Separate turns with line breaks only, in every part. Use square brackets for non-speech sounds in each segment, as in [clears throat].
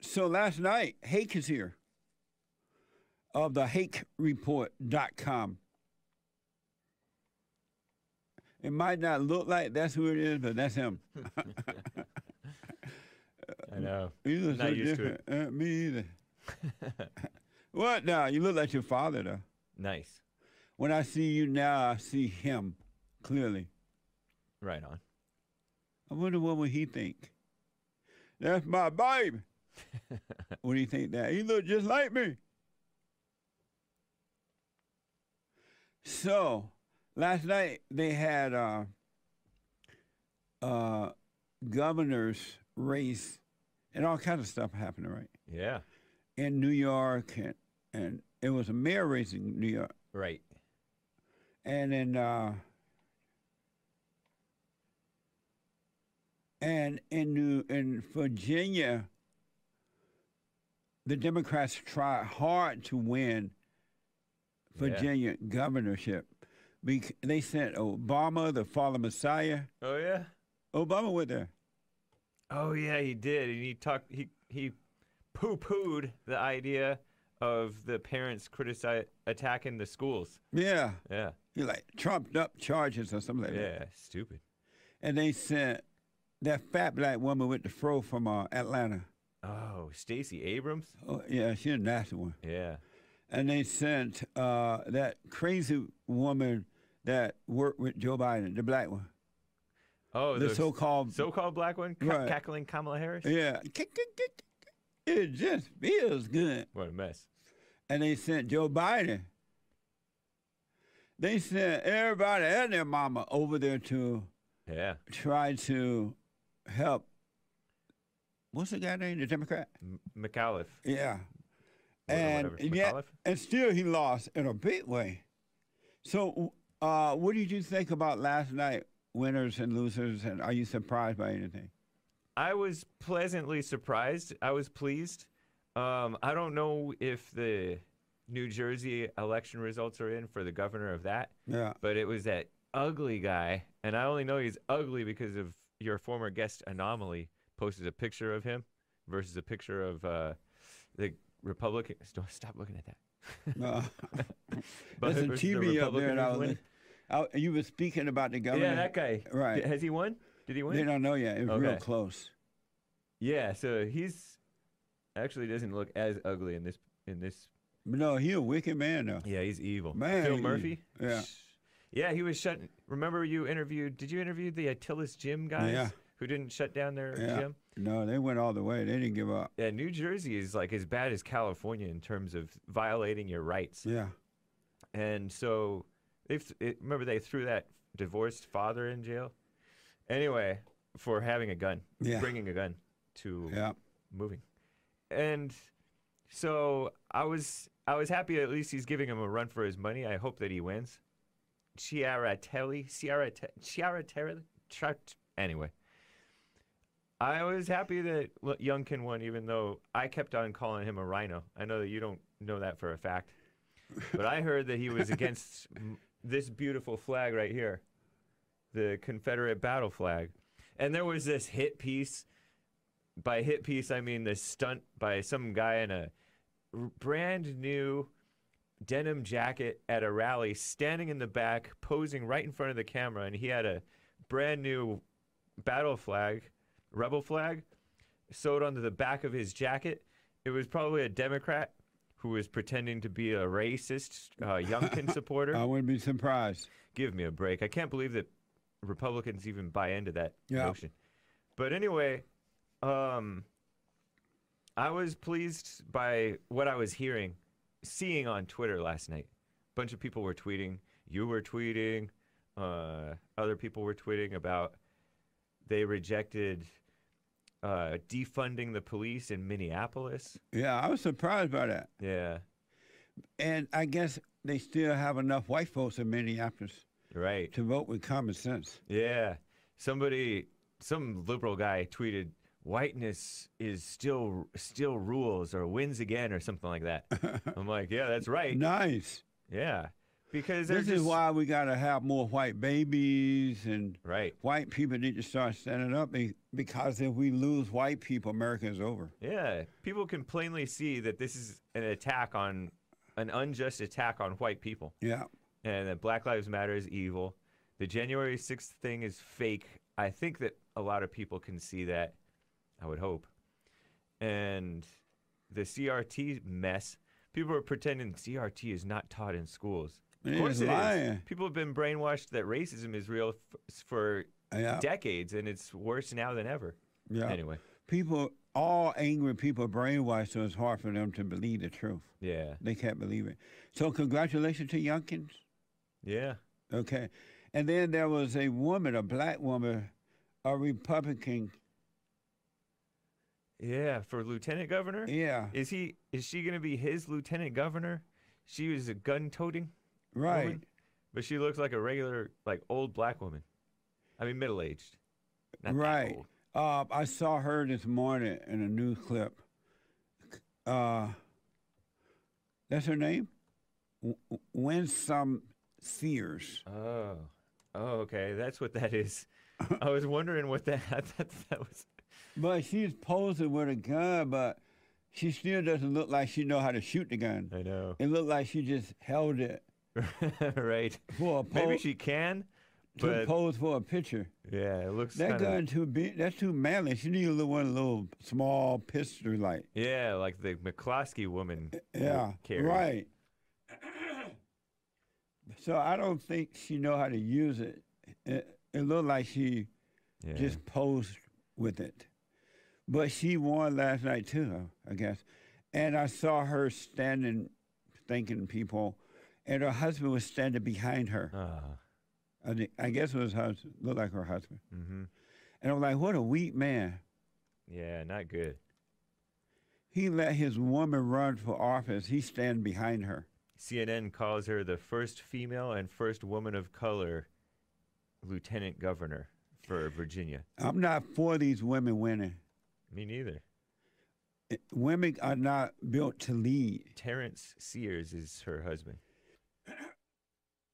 So last night, Hake is here of the HakeReport.com. It might not look like that's who it is, but that's him.
I know.
You look
I'm not
so
used to it.
different. Uh, me
[laughs]
either. what now? You look like your father, though.
Nice.
When I see you now, I see him clearly.
Right on.
I wonder what would he think. That's my babe. what do you think that? He look just like me. So last night they had uh, uh, governor's race and all kinds of stuff happening, right?
Yeah.
In New York and and it was a mayor race in New York.
Right.
and in uh, and in New, in Virginia, the Democrats tried hard to win Virginia governorship. Bec- they sent Obama, the fallen Messiah.
Oh yeah.
Obama went there.
Oh yeah, he did, and he talked. He he poo pooed the idea of the parents criticize attacking the schools.
Yeah,
Yeah.
you like trumped up charges or something like that.
Yeah. Stupid.
And they sent that fat black woman with the fro from uh, Atlanta.
Oh, Stacey Abrams.
Oh, yeah, she's a nasty one.
Yeah.
and they sent uh, that crazy woman that worked with Joe Biden, the black one.
Oh,
The so-called-
so-called black one ca-
Right.
cackling Kamala Harris.
Yeah, it just feels good.
What a mess.
And they sent Joe Biden. They sent everybody and their mama over there to
Yeah.
try to help. What's the guy name? The Democrat?
M- McAuliffe.
Yeah.
Whatever,
And,
whatever,
and yet,
McAuliffe?
and still he lost in a big way. So, uh, what did you think about last night, winners and losers, and are you surprised by anything?
I was pleasantly surprised. I was pleased. Um, I don't know if the New Jersey election results are in for the governor of that,
Yeah.
but it was that ugly guy, and I only know he's ugly because of your former guest Anomaly posted a picture of him versus a picture of uh, the Republican. [laughs] Don't stop looking at that.
[laughs] Uh,
[laughs] But
there's a
versus the
TV up there,
Republican
and I
who's
was,
winning.
I, you were speaking about the governor.
yeah, that guy.
Right.
Did- Has he won? Did he win?
They don't know yet. It was real
Okay.
close.
Yeah, so he's actually doesn't look as ugly in this in this.
But no, he a wicked man though.
Yeah, he's evil.
Man,
Phil
he-
Murphy.
yeah.
Yeah, he was shut. Remember you interviewed? Did you interview the Attila's Gym guys
Yeah.
who didn't shut down their
Yeah.
gym?
No, they went all the way. They didn't give up.
Yeah, New Jersey is like as bad as California in terms of violating your rights.
Yeah.
And so they th- it- remember they threw that divorced father in jail. Anyway, for having a gun,
Yeah.
bringing a gun to
Yeah.
moving. And so I was I was happy at least he's giving him a run for his money. I hope that he wins. Chiara Telly, Chiara Te- Chiara Telly. Anyway, I was happy that L- Youngkin won, even though I kept on calling him a rhino. I know that you don't know that for a fact, but I heard that he was against m- this beautiful flag right here, the Confederate battle flag. And there was this hit piece by hit piece, I mean this stunt by some guy in a r- brand new denim jacket at a rally, standing in the back, posing right in front of the camera, and he had a brand new battle flag, rebel flag, sewed onto the back of his jacket. It was probably a Democrat who was pretending to be a racist uh, Youngkin supporter.
I wouldn't be surprised.
Give me a break. I can't believe that Republicans even buy into that
Yeah.
notion. But anyway, um, I was pleased by what I was hearing, seeing on Twitter last night. A bunch of people were tweeting. You were tweeting. Uh, other people were tweeting about they rejected uh, defunding the police in Minneapolis.
Yeah, I was surprised by that.
Yeah,
And I guess they still have enough white folks in Minneapolis
right.
to vote with common
[laughs]
sense. [laughs]
Yeah. Somebody some liberal guy tweeted whiteness is still still
[laughs]
rules or wins again or something like that. I'm like, yeah, that's right.
Nice.
Yeah. because they're
This is
just-
why we got to have more white babies and
right.
white people need to start standing up be- because if we lose white people, America is over.
Yeah, people can plainly see that this is an attack on an unjust attack on white people,
Yeah.
and that Black Lives Matter is evil. The January sixth thing is fake. I think that a lot of people can see that. I would hope, and the CRT mess. People are pretending CRT is not taught in schools. Of
It
course
is
it is.
lying.
People have been brainwashed that racism is real f- for
Yeah.
decades, and it's worse now than ever.
yeah.
Anyway,
People, all angry people brainwashed, so it's hard for them to believe the truth.
yeah,
They can't believe it. So, congratulations to Youngkins.
yeah.
Okay. And then there was a woman, a black woman, a Republican.
Yeah, for lieutenant governor.
Yeah.
Is he? Is she gonna be his lieutenant governor? She was a gun-toting,
Right.
woman? but she looks like a regular, like old black woman. I mean, middle-aged. Not that
Right.
old.
Uh, I saw her this morning in a news clip. Uh, that's her name? W- w- Winsome Sears.
Oh. Oh, okay. That's what
[laughs]
that is. I was wondering what that. [laughs] I thought that was.
But she's posing with a gun, but she still doesn't look like she know how to shoot the gun.
I know. [laughs]
It looked like she just held it
right.
for a pose,
Maybe she can,
to
but
pose for a picture.
yeah, it looks
That
kinda,
gun too big. That's too manly. She need a little one, little small pistol, like
Yeah, like the McCloskey woman. w-
yeah,
carried.
right. [clears throat] so I don't think she know how to use it. It, it looked like she
Yeah.
just posed with it, but she won last night too, I guess. And I saw her standing, thanking people, and her husband was standing behind her.
Ah,
I, thi- I guess it was her husband. Looked like her husband.
hmm
And I'm like, what a weak man.
Yeah, not good.
He let his woman run for office. He stand behind her.
CNN calls her the first female and first woman of color lieutenant governor for Virginia.
I'm not for these women winning.
Me neither.
Eh, Women are not built to lead.
Terrence Sears is her
[coughs]
husband.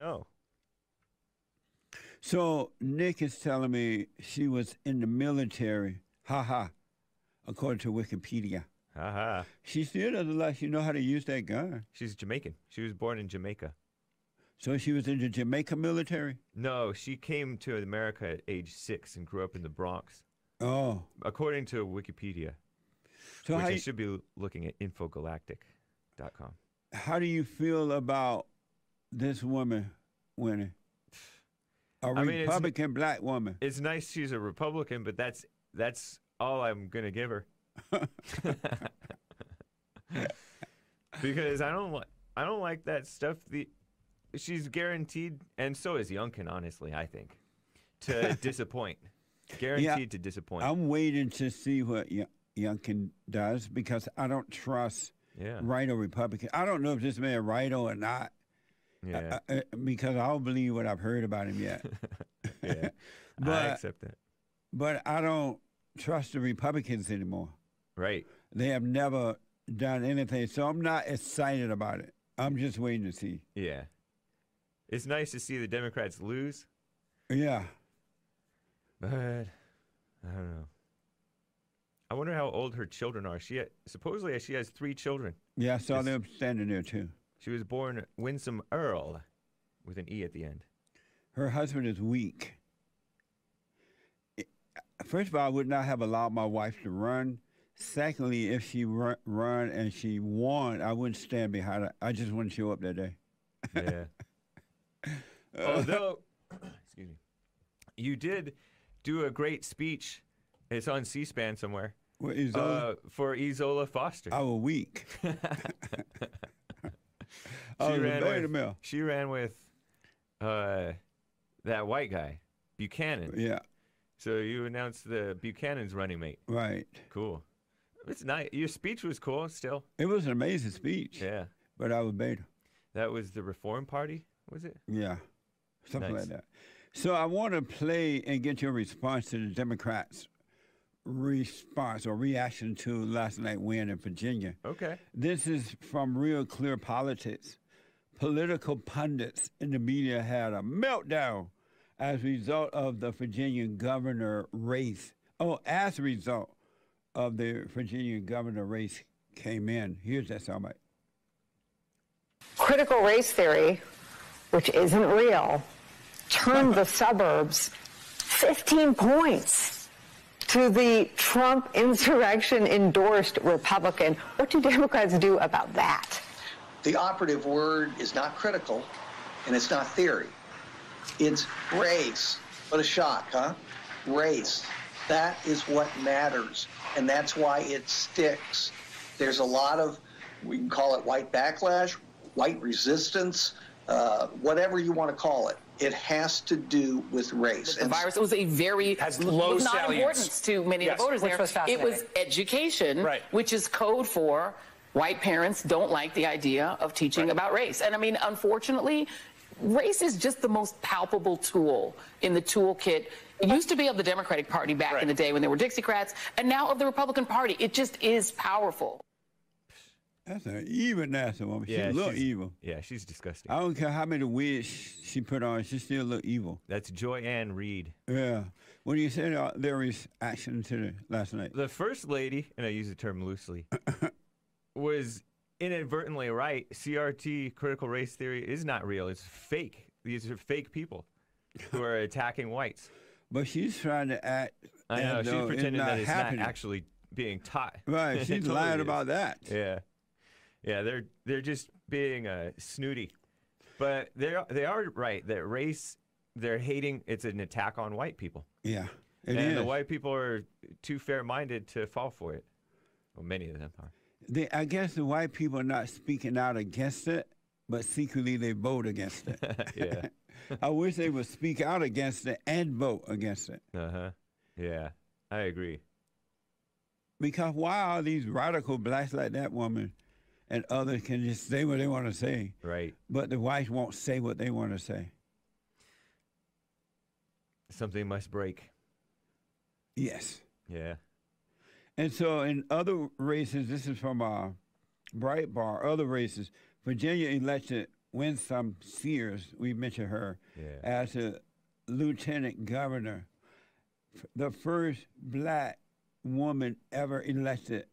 Oh,
So Nick is telling me she was in the military. Ha ha. According to Wikipedia,
haha.
she still doesn't like she know how to use that gun.
She's Jamaican. She was born in Jamaica.
So she was in the Jamaica military.
No, she came to America at age six and grew up in the Bronx,
Oh,
according to Wikipedia,
so
which
how
I
you-
should be looking at infogalactic.com.
how do you feel about this woman winning? A
I mean, it's-
Republican black woman.
It's nice she's a Republican, but that's that's all I'm gonna give her. because I don't like I don't like that stuff. The she's guaranteed, and so is Youngkin. Honestly, I think to disappoint, guaranteed to disappoint.
I'm waiting to see what Yo- Youngkin does because I don't trust
yeah,
right or Republican. I don't know if this man right or not
yeah,
uh, uh, because I don't believe what I've heard about him yet.
yeah. I
but-
accept that.
but I don't trust the Republicans anymore.
Right.
They have never done anything, so I'm not excited about it. I'm just waiting to see.
Yeah. It's nice to see the Democrats lose,
Yeah,
but I don't know. I wonder how old her children are. She ha- supposedly she has three children.
yeah. I saw
It's-
them standing there too.
She was born Winsome Earl, with an e at
[laughs]
the end.
Her husband is weak. It- First of all, I would not have allowed my wife to run. Secondly, if she run, run and she won, I wouldn't stand behind her. I just wouldn't show up that day.
Yeah.
[laughs]
Oh, Although, [coughs] excuse me, you did do a great speech. It's on C-SPAN somewhere
What is Oh. that?
uh, for Isola Foster.
I was weak. I was very
with,
male.
[laughs] she ran with uh, that white guy, Buchanan.
Yeah,
So you announced the Buchanan's running mate.
right.
Cool. It's nice. Your speech was cool. Still,
It was an amazing speech,
yeah.
but I was beta.
That was the Reform Party, was it?
Yeah, something
Nice.
like that. So I want to play and get your response to the Democrats' response or reaction to last night win in Virginia.
Okay.
This is from Real Clear Politics. political pundits in the media had a meltdown as a result of the Virginia governor race. Oh, as a result of the Virginia governor race came in. Here's that soundbite.
Critical race theory, which isn't real, turned the suburbs 15 points to the Trump insurrection endorsed Republican. What do Democrats do about that?
The operative word is not critical and it's not theory. It's race. What a shock, huh? Race. That is what matters. And that's why it sticks. There's a lot of, we can call it white backlash, white resistance, uh, whatever you want to call it. It has to do with race.
the
And
virus. It was a very
Has low
low was not
salience.
importance to many
Yes.
of the voters
Which
there.
was
it
fascinating.
was education,
Right.
which is code for white parents don't like the idea of teaching about race. And I mean, unfortunately, race is just the most palpable tool in the toolkit. It used to be of the Democratic Party back
Right.
in the day when there were Dixiecrats, and now of the Republican Party. It just is powerful.
That's an evil, nasty woman.
Yeah,
she look
she's-
evil.
Yeah, she's disgusting.
I don't care how many wigs she put on, she still look evil.
That's Joy Ann Reed.
Yeah. When you said uh, there was action to the last night,
The first lady, and I use the term
[coughs]
loosely, was inadvertently right. CRT, critical race theory, is not real. It's fake. These are fake people who are attacking whites.
but she's trying to act.
I know.
as
She's
though it's
pretending
not
that it's
happening.
not actually being taught.
[laughs]
[laughs]
Right,
It
she's
totally
lying
is.
about that.
Yeah, yeah. They're they're just being uh, snooty, but they are they are right that race. They're hating. It's an attack on white people,
Yeah, it
and the
is.
white people are too fair-minded to fall for it. Well, many of them are.
They, I guess the white people are not speaking out against it, but secretly they vote against it.
[laughs] yeah.
[laughs] I wish they would speak out against it and vote against it.
Uh huh. Yeah, I agree.
Because why are these radical blacks like that woman and others can just say what they want to say,
Right.
but the whites won't say what they want to say?
Something must break.
Yes.
Yeah.
And so in other races, this is from uh, Breitbart, other races, Virginia elected Winsome Sears, we mentioned her,
Yeah.
as a lieutenant governor, f- the first black woman ever elected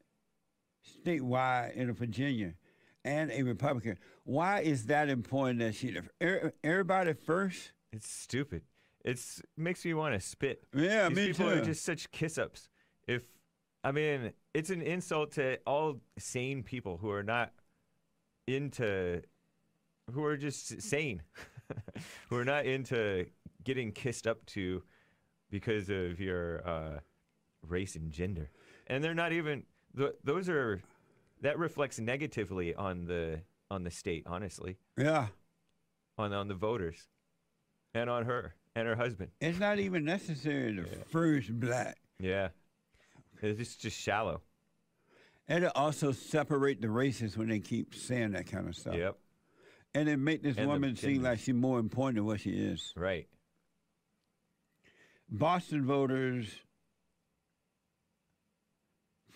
statewide in Virginia and a Republican. Why is that important that she, the- er- everybody first?
It's stupid. It's makes me want to spit.
Yeah,
These
me
people are
too.
just such kiss ups. If I mean, it's an insult to all sane people who are not into, who are just s- sane, [laughs] who are not into getting kissed up to because of your uh, race and gender, and they're not even. Th- those are that reflects negatively on the on the state, honestly,
Yeah.
on on the voters, and on her and her husband.
It's not even necessary the first black.
Yeah. It's just, just shallow.
And it also separate the races when they keep saying that kind of stuff.
Yep.
And it make this
And the
woman seem
genders.
like she's more important than what she is.
Right.
Boston voters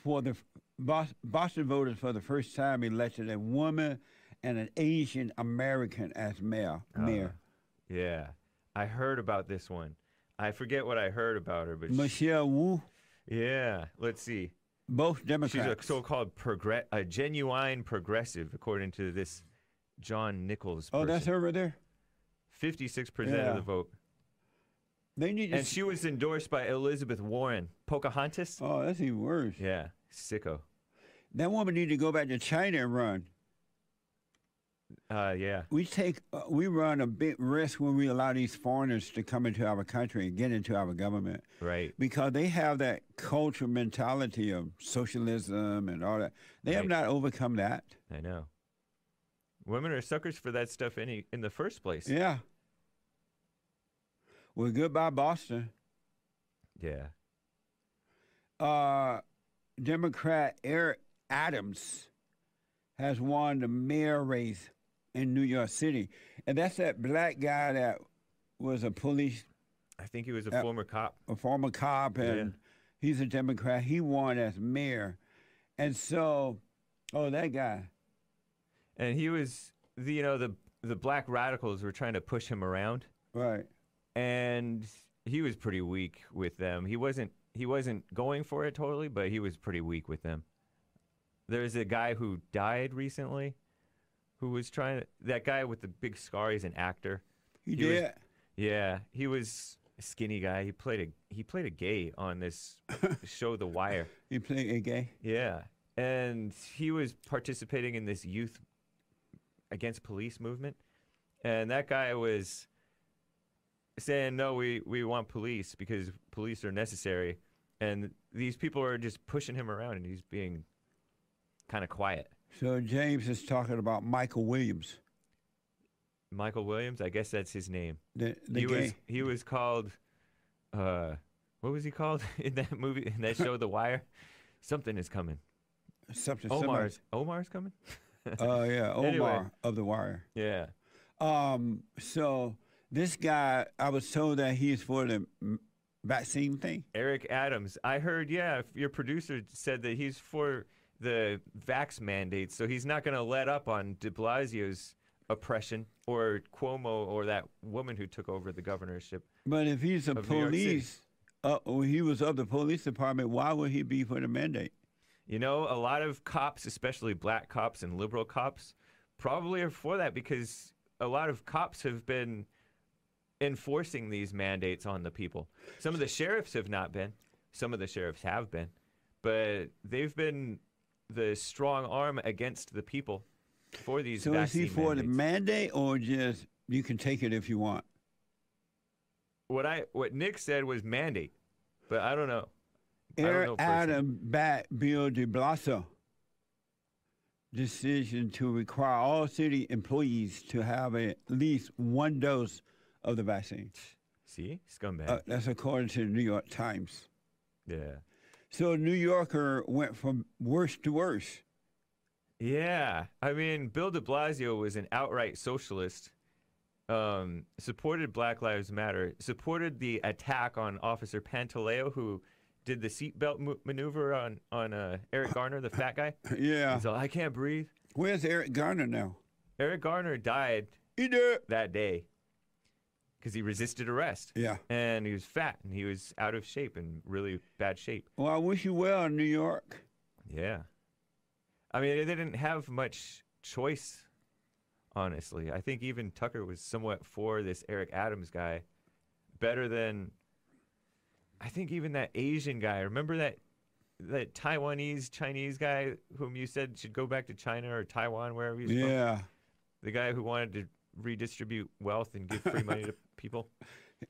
for the Bos- Boston voters for the first time elected a woman and an Asian American as mayor.
Ah.
mayor
Yeah. I heard about this one. I forget what I heard about her, but she-
Michelle Wu,
yeah. Let's see.
both
She's
Democrats.
a so-called progre- a genuine progressive, according to this John Nichols.
oh, that's
person.
her right there.
Fifty-six percent of
Yeah.
the vote,
They need to.
and she was endorsed by Elizabeth Warren, Pocahontas.
oh, that's even worse.
Yeah, sicko.
That woman need to go back to China and run.
Uh, yeah,
we take uh, we run a big risk when we allow these foreigners to come into our country and get into our government
right.
because they have that cultural mentality of socialism and all that. They have
Right.
not overcome that.
I know. Women are suckers for that stuff any in the first place.
Yeah. Well, goodbye, Boston.
yeah.
Uh, Democrat Eric Adams has won the mayor race in New York City, and that's that black guy that was a police
I think he was a
Uh,
former cop.
a former cop, and he's a Democrat. He won as mayor, and so, oh, that guy.
and he was the, you know the the black radicals were trying to push him around,
Right.
and he was pretty weak with them. He wasn't he wasn't going for it totally, but he was pretty weak with them. There's a guy who died recently, who was trying to, that guy with the big scar. He's an actor.
He,
was-
did.
Yeah, he was a skinny guy. He played a he played a gay on this show, The Wire.
he played a gay.
Yeah, and he was participating in this youth against police movement, and that guy was saying, "No, we we want police because police are necessary," and these people are just pushing him around, and he's being kind of quiet.
So James is talking about Michael Williams,
Michael Williams, I guess that's his name.
the, the
he
gay.
was he was called uh what was he called [laughs] in that movie in that show The Wire? Something is coming.
something similar.
[laughs] Omar's Omar's coming?
Oh yeah, Omar
Anyway.
of the Wire.
Yeah.
Um, so this guy, I was told that he's for the mm, vaccine thing.
Eric Adams. I heard yeah, f- your producer said that he's for the vax mandates, so he's not going to let up on De Blasio's oppression or Cuomo or that woman who took over the governorship.
But if he's a
Of New York City.
police, uh, well, he was of the police department. Why would he be for the mandate?
You know, a lot of cops, especially black cops and liberal cops, probably are for that because a lot of cops have been enforcing these mandates on the people. Some of the sheriffs have not been, some of the sheriffs have been, but they've been the strong arm against the people for these
So is he
vaccine
for the mandate
mandates.
or just you can take it if you want?
what I what Nick said was mandate, but I don't know. I don't
Eric
know firsthand.
Adam backed Bill de Blasio decision to require all city employees to have at least one dose of the vaccine.
See, scumbag.
Uh, that's according to the New York Times.
yeah.
So New Yorker went from worse to worse. [laughs]
Yeah, I mean, Bill De Blasio was an outright socialist. Um, supported Black Lives Matter. Supported the attack on Officer Pantaleo, who did the seatbelt mo- maneuver on on uh, Eric Garner, the fat guy.
Yeah.
He's all, "I can't breathe."
Where's Eric Garner now?
Eric Garner died
He did.
that day because he resisted arrest.
Yeah.
and he was fat and he was out of shape and really bad shape.
Well, I wish you well, New York.
Yeah. I mean, they didn't have much choice, honestly. I think even Tucker was somewhat for this Eric Adams guy better than I think even that Asian guy. Remember that that Taiwanese Chinese guy whom you said should go back to China or Taiwan wherever he's from?
Yeah.
The guy who wanted to redistribute wealth and give
[laughs]
free money to people.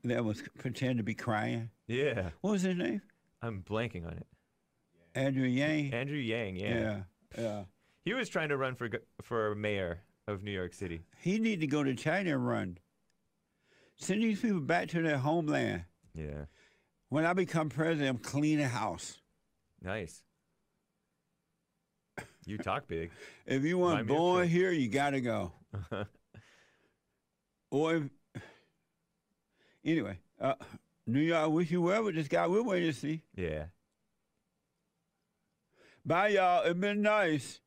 That was pretend to be crying.
Yeah.
What was his name?
I'm blanking on it.
Andrew Yang.
Andrew Yang, yeah.
yeah. Yeah.
He was trying to run for go- for mayor of New
[laughs]
York City.
He need to go to China and run. Send these people back to their homeland.
Yeah.
When I become president, I'm cleaning house.
Nice. You talk big.
If you want
Remind me of
born
Trump.
here, you gotta go. or if, anyway, uh, New York, I wish you well with this guy. We're waiting to see.
Yeah.
Bye, y'all. It's been nice.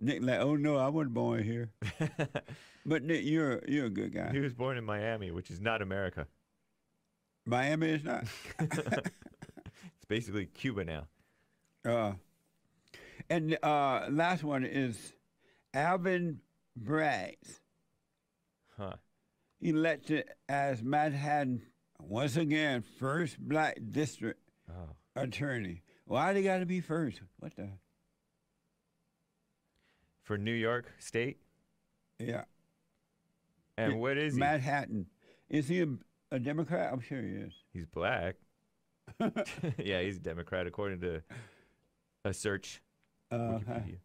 Nick, like, oh no, I wasn't born here. but Nick, you're you're a good
He
guy.
was born in Miami, which is not America.
Miami is not.
It's basically Cuba now.
Uh, and uh, last one is Alvin Braggs,
Huh.
elected as Manhattan once again first black district
Oh.
attorney. Why they got to be first? What the?
For New York State?
Yeah,
And what is he?
Manhattan. Is he a, a Democrat? I'm sure he is.
He's black. [laughs] yeah, he's a Democrat according to a search.
Uh,
Wikipedia.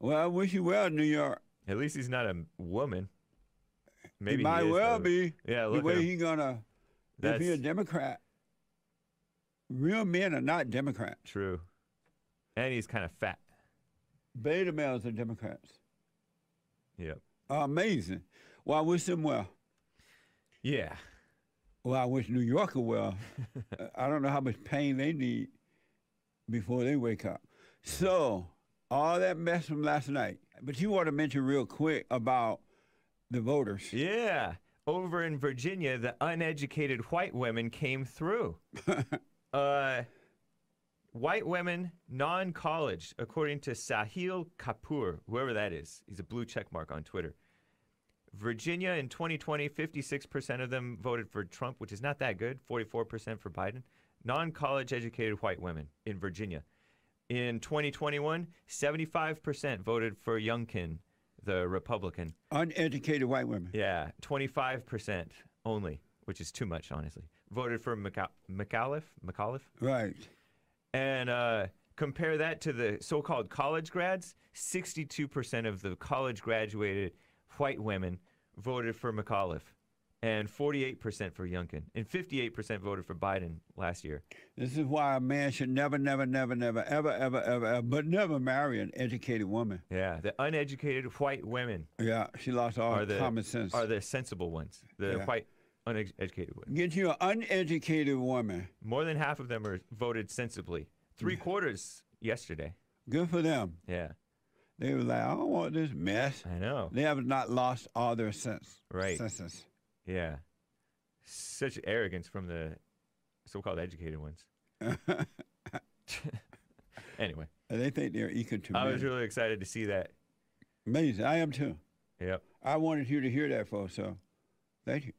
well, I wish you well, New York.
At least he's not a m- woman. Maybe
he
he
might
is,
well
though.
be.
Yeah,
the
look at
way
him.
he gonna if
That's
he a Democrat. Real men are not Democrats.
true. And he's kind of fat.
Beta males are Democrats.
Yep.
Amazing. Well, I wish them well.
Yeah.
Well, I wish New Yorker
[laughs]
well. I don't know how much pain they need before they wake up. So, all that mess from last night. But you want to mention real quick about the voters.
Yeah. Over in Virginia, the uneducated white women came through. uh, white women, non college, according to Sahil Kapoor, whoever that is. He's a blue check mark on Twitter. Virginia in 2020, 56% of them voted for Trump, which is not that good, 44% for Biden. Non college educated white women in Virginia. In 2021, 75% voted for Youngkin, the Republican.
Uneducated white women.
Yeah, 25% only, which is too much, honestly. Voted for McAuliffe, McAuliffe,
Right.
and uh, compare that to the so-called college grads. 62% of the college graduated white women voted for McAuliffe, and 48% for Youngkin, and 58% voted for Biden last year.
This is why a man should never, never, never, never, ever, ever, ever, ever but never marry an educated woman.
Yeah, the uneducated white women
Yeah, she lost all
are
her
the
Oh, common sense.
are the sensible ones. The
Yeah.
white uneducated ones.
Get you an uneducated woman.
More than half of them are voted sensibly.
Mm.
Three quarters yesterday.
Good for them.
Yeah,
They were like, I don't want this mess.
[laughs] I know.
They have not lost all their sense.
Right.
Senses.
Yeah. Such arrogance from the so called educated ones. [laughs] anyway,
And they think they're equal to
I
me.
was really excited to see that.
Amazing. I am too.
Yep.
I wanted you to hear that, folks. So thank you.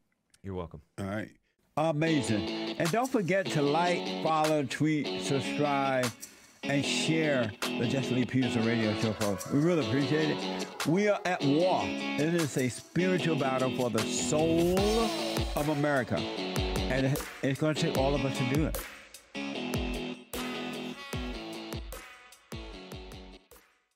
You're welcome.
All right. Amazing. And don't forget to like, follow, tweet, subscribe, and share the Justin Lee Peterson radio show, folks. We really appreciate it. We are at war. It is a spiritual battle for the soul of America. And it- it's going to take all of us to do it.